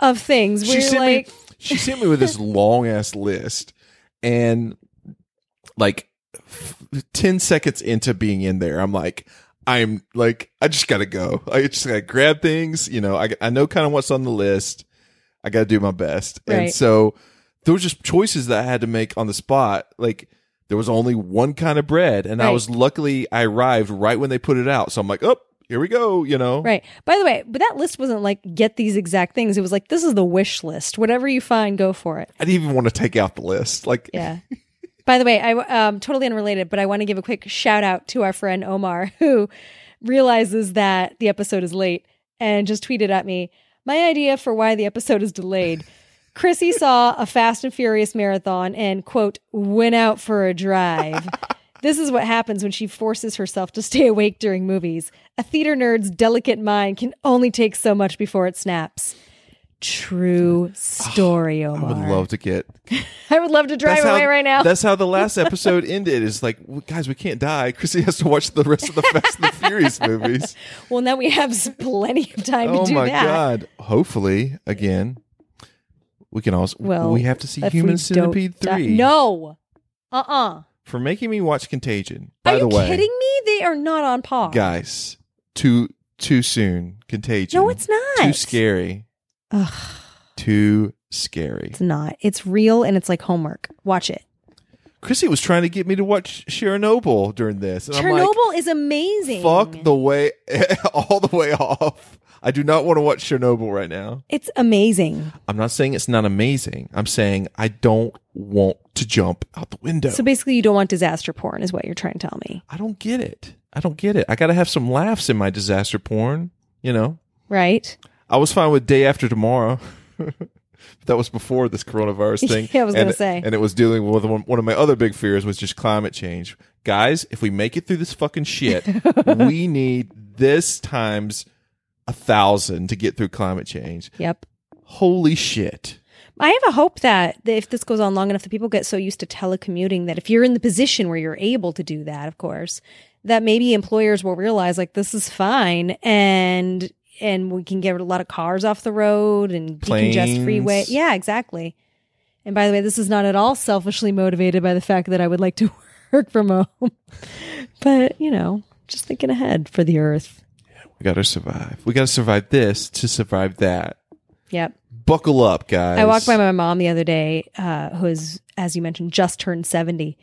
A: of things.
B: she
A: We're
B: sent
A: like, [laughs]
B: me she sent me with this long ass list and like f- 10 seconds into being in there i'm like i'm like i just gotta go i just gotta grab things you know i, I know kind of what's on the list i gotta do my best and
A: Right.
B: so there were just choices that i had to make on the spot like there was only one kind of bread and i
A: Right.
B: was luckily i arrived right when they put it out so i'm like oh here we go you know
A: right. By the way, but that list wasn't like get these exact things. It was like this is the wish list. Whatever you find, go for it.
B: i didn't even want to take out the list like
A: Yeah. By the way, I um, totally unrelated, but I want to give a quick shout out to our friend Omar, [laughs] who realizes that the episode is late and just tweeted at me my idea for why the episode is delayed.
B: [laughs]
A: Chrissy saw a Fast and Furious marathon and quote went out for a drive. This is what happens when she forces herself to stay awake during movies. A theater nerd's delicate mind can only take so much before it snaps. True story, Omar.
B: Oh, i would love to get
A: I would love to drive
B: That's
A: away
B: how-
A: right now.
B: That's how the
A: [laughs]
B: last episode ended. Is like, "Well, guys, we can't die. Chrissy has to watch the rest of the Fast and the Furious movies.
A: [laughs] Well, now we have s- plenty of time
B: Oh
A: to do
B: my
A: that.
B: god! Hopefully, again, we can also.
A: Well,
B: we have to see
A: if we
B: Human
A: don't
B: Centipede
A: die-
B: three.
A: No. Uh uh
B: for making me watch Contagion. By
A: Are
B: the
A: you
B: way,
A: kidding me? They are not on par.
B: guys, too too soon. Contagion.
A: No, it's not.
B: too scary.
A: Ugh,
B: Too scary.
A: it's not. It's real and it's like homework. Watch it.
B: Chrissy was trying to get me to watch Chernobyl during this, and I'm like,
A: Chernobyl is amazing.
B: Fuck the way [laughs] all the way off. I do not want to watch Chernobyl right now.
A: It's amazing.
B: I'm not saying it's not amazing. I'm saying I don't want to jump out the window.
A: So basically, you don't want disaster porn, is what you're trying to tell me,
B: I don't get it. I don't get it. I got to have some laughs in my disaster porn, you know.
A: right?
B: I was fine with day after tomorrow. [laughs] that was before this coronavirus thing.
A: [laughs] Yeah, I was
B: And-
A: gonna say.
B: And it was dealing with one, one of my other big fears was just climate change. Guys, if we make it through this fucking shit,
A: [laughs]
B: we need this times a thousand to get through climate change.
A: Yep.
B: Holy shit.
A: I have a hope that that if this goes on long enough, that people get so used to telecommuting that if you're in the position where you're able to do that, of course, that maybe employers will realize like this is fine and and we can get a lot of cars off the road and decongest freeway.
B: Planes.
A: Yeah, exactly. And by the way, this is not at all selfishly motivated by the fact that I would like to [laughs] work from home, but you know, just thinking ahead for the earth.
B: We got to survive. We got to survive this to survive that.
A: Yep.
B: Buckle up, guys.
A: I walked by my mom the other day, uh, who is, as you mentioned, just turned seventy.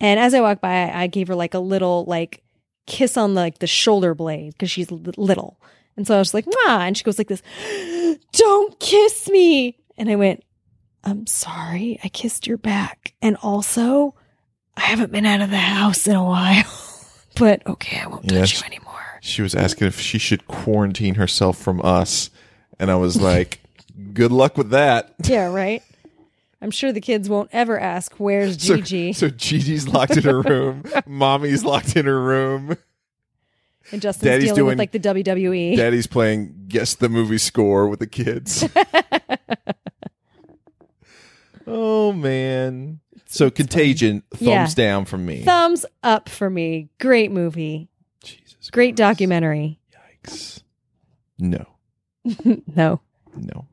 A: And as I walked by, I gave her like a little like kiss on like the shoulder blade because she's l- little. And so I was like, "Mwah!" and she goes like this, [gasps] "Don't kiss me." And I went, "I'm sorry, I kissed your back, and also I haven't been out of the house in a while, [laughs] but okay, I won't touch
B: Yes.
A: you anymore."
B: She was asking if she should quarantine herself from us. And I was like, [laughs] good luck with that.
A: Yeah, right. I'm sure the kids won't ever ask, "Where's
B: [laughs] So,
A: Gigi?"
B: so Gigi's locked in her [laughs] room. Mommy's locked in her room.
A: And Justin's
B: Daddy's
A: dealing
B: doing-
A: with like the E. WWE.
B: Daddy's playing Guess the Movie Score with the kids. [laughs] oh, man. So Contagion,
A: Yeah.
B: thumbs down from me.
A: Thumbs up for me. Great movie.
B: Jesus.
A: Great
B: Christ.
A: documentary.
B: Yikes. No,
A: no.
B: no.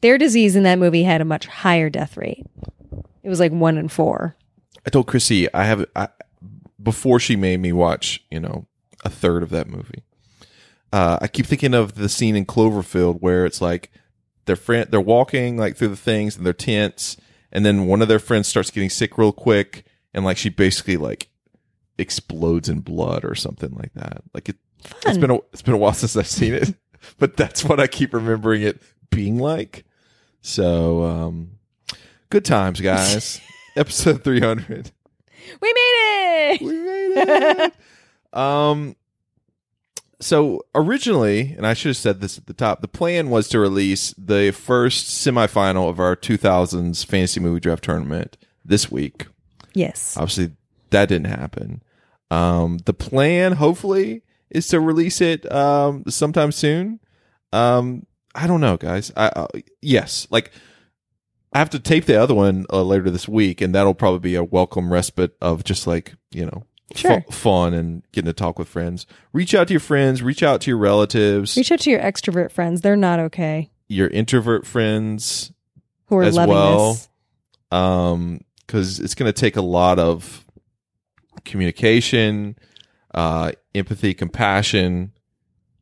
A: Their disease in that movie had a much higher death rate. It was like one in four.
B: I told Chrissy I have I, before she made me watch, you know, a third of that movie. Uh, I keep thinking of the scene in Cloverfield where it's like their friend they're walking like through the things and they're tense, and then one of their friends starts getting sick real quick, and like she basically like explodes in blood or something like that. Like it, it's
A: Fun.
B: been a, it's been a while [laughs] since I've seen it, but that's what I keep remembering it being like. So, um, good times, guys. Episode three hundred.
A: We made it.
B: We made it. um, so originally, and I should have said this at the top, the plan was to release the first semifinal of our 2000s fantasy movie draft tournament this week.
A: Yes.
B: Obviously, that didn't happen. Um, the plan, hopefully, is to release it um, sometime soon. Um, I don't know, guys. I, uh, yes, like I have to tape the other one uh, later this week, and that'll probably be a welcome respite of just like you know, fu-
A: Sure.
B: fun and getting to talk with friends. Reach out to your friends. Reach out to your relatives.
A: Reach out to your extrovert friends. They're not okay.
B: your introvert friends
A: who are
B: as
A: loving
B: well.
A: this.
B: um because it's going to take a lot of communication uh empathy compassion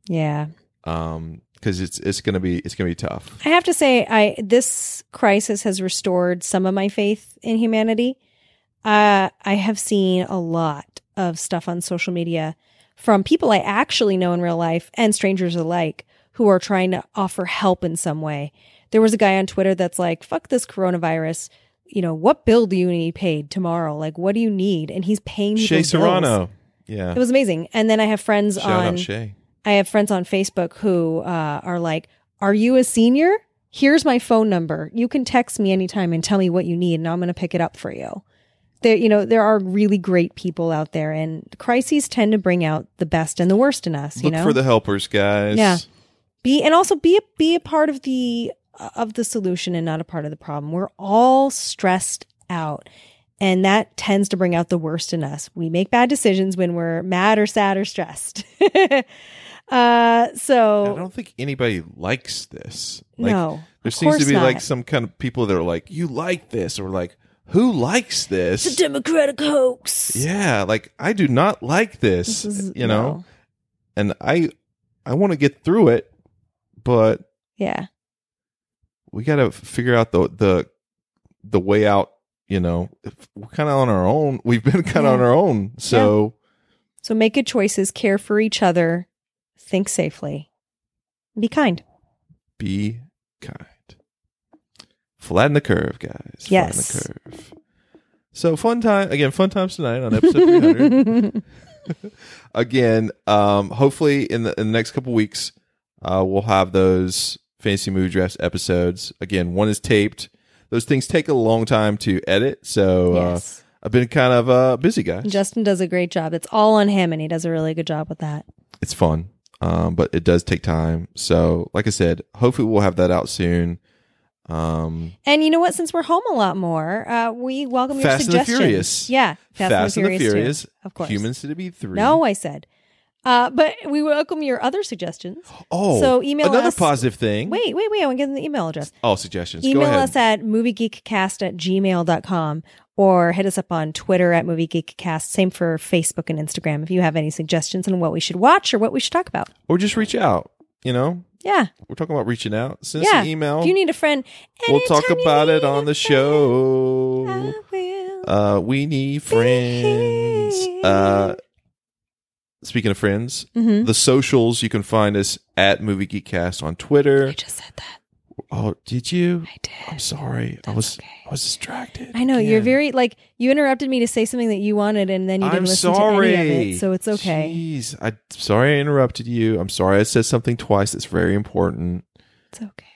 A: Yeah.
B: um because it's it's going to be it's going to be tough
A: I have to say, I this crisis has restored some of my faith in humanity. Uh, I have seen a lot of stuff on social media from people I actually know in real life and strangers alike who are trying to offer help in some way. There was a guy on Twitter that's like, "Fuck this coronavirus." You know, what bill do you need paid tomorrow? Like, what do you need? And he's paying people.
B: shay
A: bills.
B: serrano yeah
A: It was amazing. And then I have friends
B: shout
A: on
B: out shay
A: I have friends on Facebook who uh, are like, "Are you a senior? Here's my phone number. You can text me anytime and tell me what you need, and I'm going to pick it up for you." There, you know, there are really great people out there, and crises tend to bring out the best and the worst in us. You
B: look
A: know,
B: for the helpers guys
A: Yeah. be and also be a, be a part of the uh, of the solution and not a part of the problem. We're all stressed out. And that tends to bring out the worst in us. We make bad decisions when we're mad or sad or stressed. [laughs] uh, so
B: i don't think anybody likes this
A: No,
B: there
A: of
B: seems to
A: course
B: be like
A: not.
B: some kind of people that are like you like this or like who likes this
A: It's a democratic hoax.
B: yeah like i do not like this,
A: This is-
B: you know
A: no.
B: and I I want to get through it, but
A: Yeah.
B: we got to figure out the the the way out. You know, If we're kind of on our own. We've been kind of
A: Yeah.
B: on our own, so
A: So make good choices, care for each other, think safely, be kind.
B: be kind. Flatten the curve, guys.
A: Yes.
B: Flatten the curve. So fun time again. Fun times tonight on episode three hundred.
A: [laughs]
B: again um hopefully in the, in the next couple weeks uh we'll have those fantasy movie drafts episodes again one is taped those things take a long time to edit so
A: yes.
B: uh, i've been kind of uh busy guys
A: Justin does a great job. It's all on him, and he does a really good job with that.
B: it's fun um but it does take time so like i said hopefully we'll have that out soon um
A: And you know what? Since we're home a lot more, uh, we welcome your
B: Fast and the
A: suggestions.
B: Furious.
A: Yeah.
B: Fast and the
A: too,
B: Furious,
A: of course.
B: humans to be three
A: No, I said. Uh, but we welcome your other suggestions.
B: [gasps] oh
A: so email
B: another
A: us-
B: positive thing
A: Wait, wait, wait. I want to give them the email address.
B: oh suggestions go
A: email
B: ahead
A: us at moviegeekcast at gmail.com or hit us up on Twitter at moviegeekcast. Same for Facebook and Instagram if you have any suggestions on what we should watch or what we should talk about.
B: or just reach out you know
A: Yeah.
B: we're talking about reaching out send us
A: yeah.
B: an email
A: If you need a friend,
B: We'll talk
A: anytime you
B: about it
A: need
B: on
A: a
B: the
A: friend,
B: show.
A: I will.
B: Uh, we need friends. Uh, speaking of friends,
A: Mhm.
B: the socials, you can find us at Movie Geekcast on Twitter.
A: I just said that.
B: Oh, did you?
A: I did.
B: I'm sorry. I was
A: okay.
B: I was distracted.
A: I know. You're
B: again.
A: very, like, you interrupted me to say something that you wanted and then you didn't
B: I'm
A: listen
B: sorry.
A: to any of it. So it's okay.
B: Jeez, I sorry I interrupted you. I'm sorry I said something twice that's very important.
A: It's okay.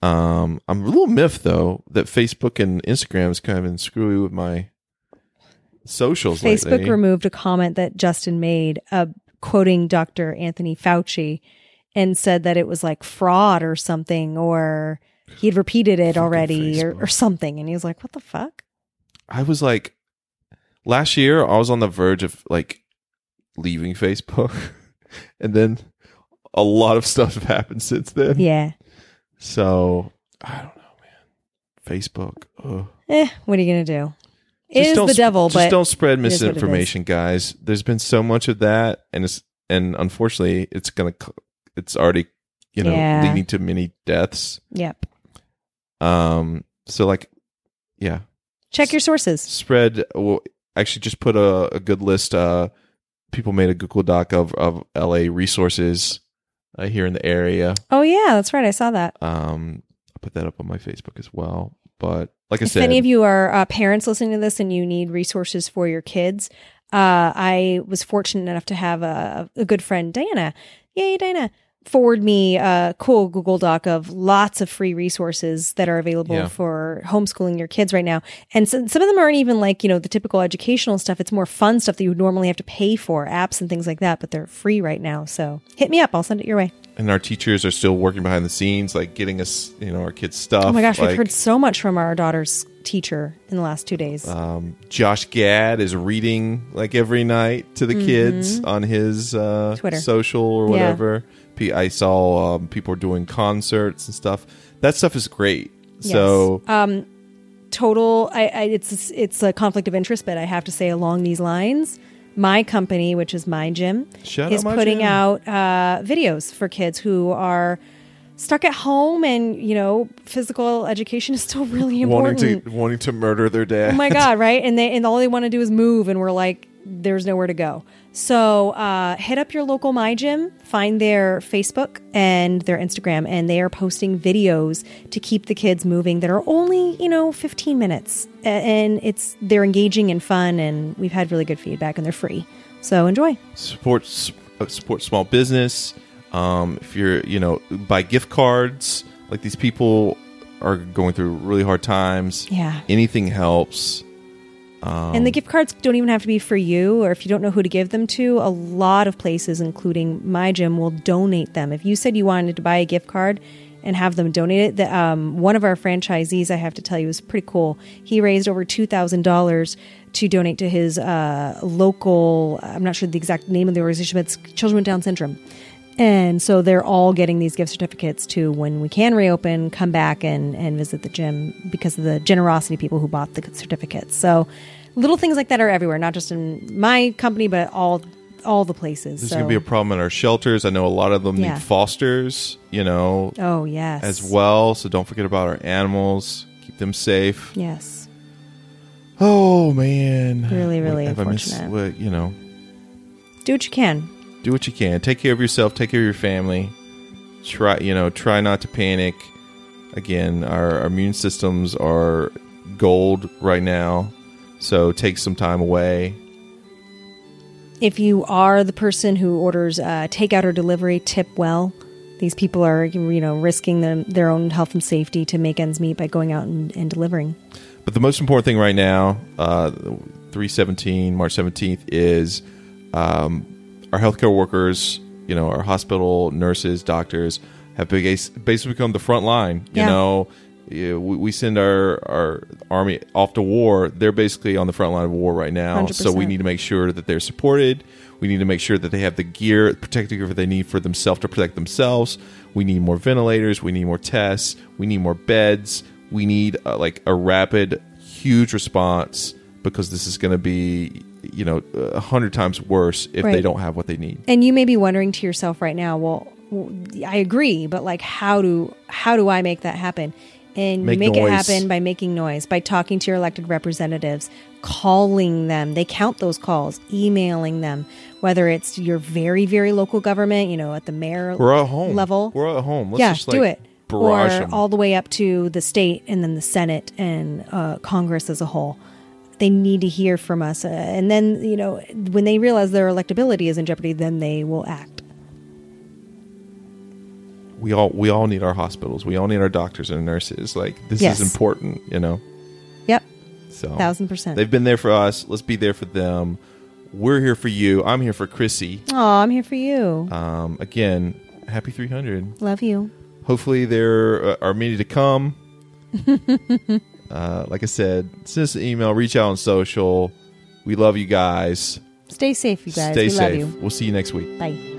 B: Um, I'm a little miffed though that Facebook and Instagram is kind of been screwy with my socials.
A: Facebook
B: lately.
A: removed a comment that Justin made, uh, quoting Dr. Anthony Fauci, and said that it was like fraud or something, or he'd repeated it
B: Fucking
A: already, or,
B: Facebook.
A: or something. And he was like, "What the fuck?"
B: I was like, last year I was on the verge of like leaving Facebook, [laughs] and then a lot of stuff [laughs] have happened since then.
A: Yeah.
B: So I don't know, man. Facebook. Ugh.
A: Eh, what are you gonna do? It
B: Just
A: is
B: don't
A: the
B: sp-
A: devil,
B: Just
A: but
B: don't spread
A: it is what it is.
B: misinformation, guys. There's been so much of that, and it's and unfortunately, it's gonna. c- It's already, you know,
A: Yeah.
B: leading to many deaths.
A: yep.
B: Um. So like, yeah.
A: Check your sources.
B: spread well actually just put a, a good list uh people made a google doc of of la resources uh, here in the area
A: Oh yeah, that's right. I saw that.
B: um i put that up on my facebook as well but like i
A: If
B: said
A: any of you are uh, parents listening to this and you need resources for your kids, uh, I was fortunate enough to have a, a good friend, Diana. Yay, Diana! Forward me a cool Google Doc of lots of free resources that are available
B: Yeah.
A: for homeschooling your kids right now. And some, some of them aren't even like, you know, the typical educational stuff. It's more fun stuff that you would normally have to pay for, apps and things like that, but they're free right now. So hit me up. I'll send it your way.
B: and our teachers are still working behind the scenes like getting us you know our kids stuff
A: Oh my gosh,
B: like,
A: we've heard so much from our daughter's teacher in the last two days.
B: Um, Josh Gad is reading like every night to the kids on his uh,
A: Mm-hmm. Twitter.
B: social or
A: Yeah.
B: whatever. P- I saw um, people are doing concerts and stuff. That stuff is great.
A: Yes.
B: So
A: um, total, I, I, it's it's a conflict of interest, but I have to say along these lines, my company, which is my gym,
B: Shout out
A: is
B: My
A: putting
B: Gym.
A: out uh, videos for kids who are stuck at home, and you know, physical education is still [laughs] really
B: wanting
A: important.
B: to wanting to murder their dad.
A: Oh my god, right? And they and all they want to do is move, and we're like, there's nowhere to go. So uh, hit up your local My Gym, find their Facebook and their Instagram, and they are posting videos to keep the kids moving that are only you know 15 minutes, A- and it's they're engaging and fun, and we've had really good feedback, and they're free. So enjoy.
B: support uh, support small business. Um, if you're you know buy gift cards, like these people are going through really hard times.
A: Yeah.
B: anything helps.
A: and the gift cards don't even have to be for you, or if you don't know who to give them to, a lot of places, including my gym, will donate them. If you said you wanted to buy a gift card and have them donate it, the, um, one of our franchisees, I have to tell you, is pretty cool. He raised over $2,000 to donate to his uh, local, I'm not sure the exact name of the organization, but it's Children with Down Syndrome. And so they're all getting these gift certificates to when we can reopen, come back and, and visit the gym because of the generosity of people who bought the certificates. So little things like that are everywhere, not just in my company, but all all the places.
B: There's
A: so.
B: going to be a problem in our shelters. I know a lot of them
A: Yeah.
B: need fosters, you know,
A: oh yes,
B: as well. So don't forget about our animals. Keep them safe.
A: Yes,
B: Oh man,
A: Really, really
B: Have I missed-
A: unfortunate.
B: what- you know,
A: do what you can.
B: do what you can. Take care of yourself. Take care of your family. Try, you know, try not to panic. Again, our, our immune systems are gold right now, so take some time away.
A: If you are the person who orders uh, takeout or delivery, tip well. These people are you know risking them, their own health and safety to make ends meet by going out and, and delivering.
B: But the most important thing right now, uh, 317, March 17th, is um, our healthcare workers, you know, our hospital nurses, doctors have big- basically become the front line. You
A: Yeah.
B: know, Yeah, we, we send our, our army off to war. They're basically on the front line of war right now. So we
A: 100%.
B: need to make sure that they're supported. We need to make sure that they have the gear, protective gear they need for themselves to protect themselves. We need more ventilators. We need more tests. We need more beds. We need uh, like a rapid, huge response because this is going to be, you know, a hundred times worse if they
A: Right.
B: don't have what they need.
A: and you may be wondering to yourself right now well w- i agree but like how do how do i make that happen and
B: Make
A: you make
B: noise.
A: it happen by making noise by talking to your elected representatives calling them they count those calls emailing them whether it's your very very local government you know at the mayor
B: We're at home.
A: level
B: We're at home. Let's
A: yeah
B: just,
A: do
B: like,
A: it
B: Barrage
A: or
B: them.
A: all the way up to the state and then the senate and uh, congress as a whole they need to hear from us uh, and then you know when they realize their electability is in jeopardy then they will act
B: we all we all need our hospitals. We all need our doctors and nurses. Like this
A: Yes.
B: is important, you know.
A: yep
B: So
A: Thousand percent.
B: Oh. They've been there for us. Let's be there for them. We're here for you. I'm here for Chrissy.
A: oh i'm here for you
B: Um, again, happy 300.
A: love you
B: Hopefully there uh, are many
A: [laughs]
B: to come. uh, like I said, send us an email. Reach out on social. We love you guys.
A: stay safe you guys
B: Stay
A: we
B: safe.
A: love
B: We'll see you next week.
A: you bye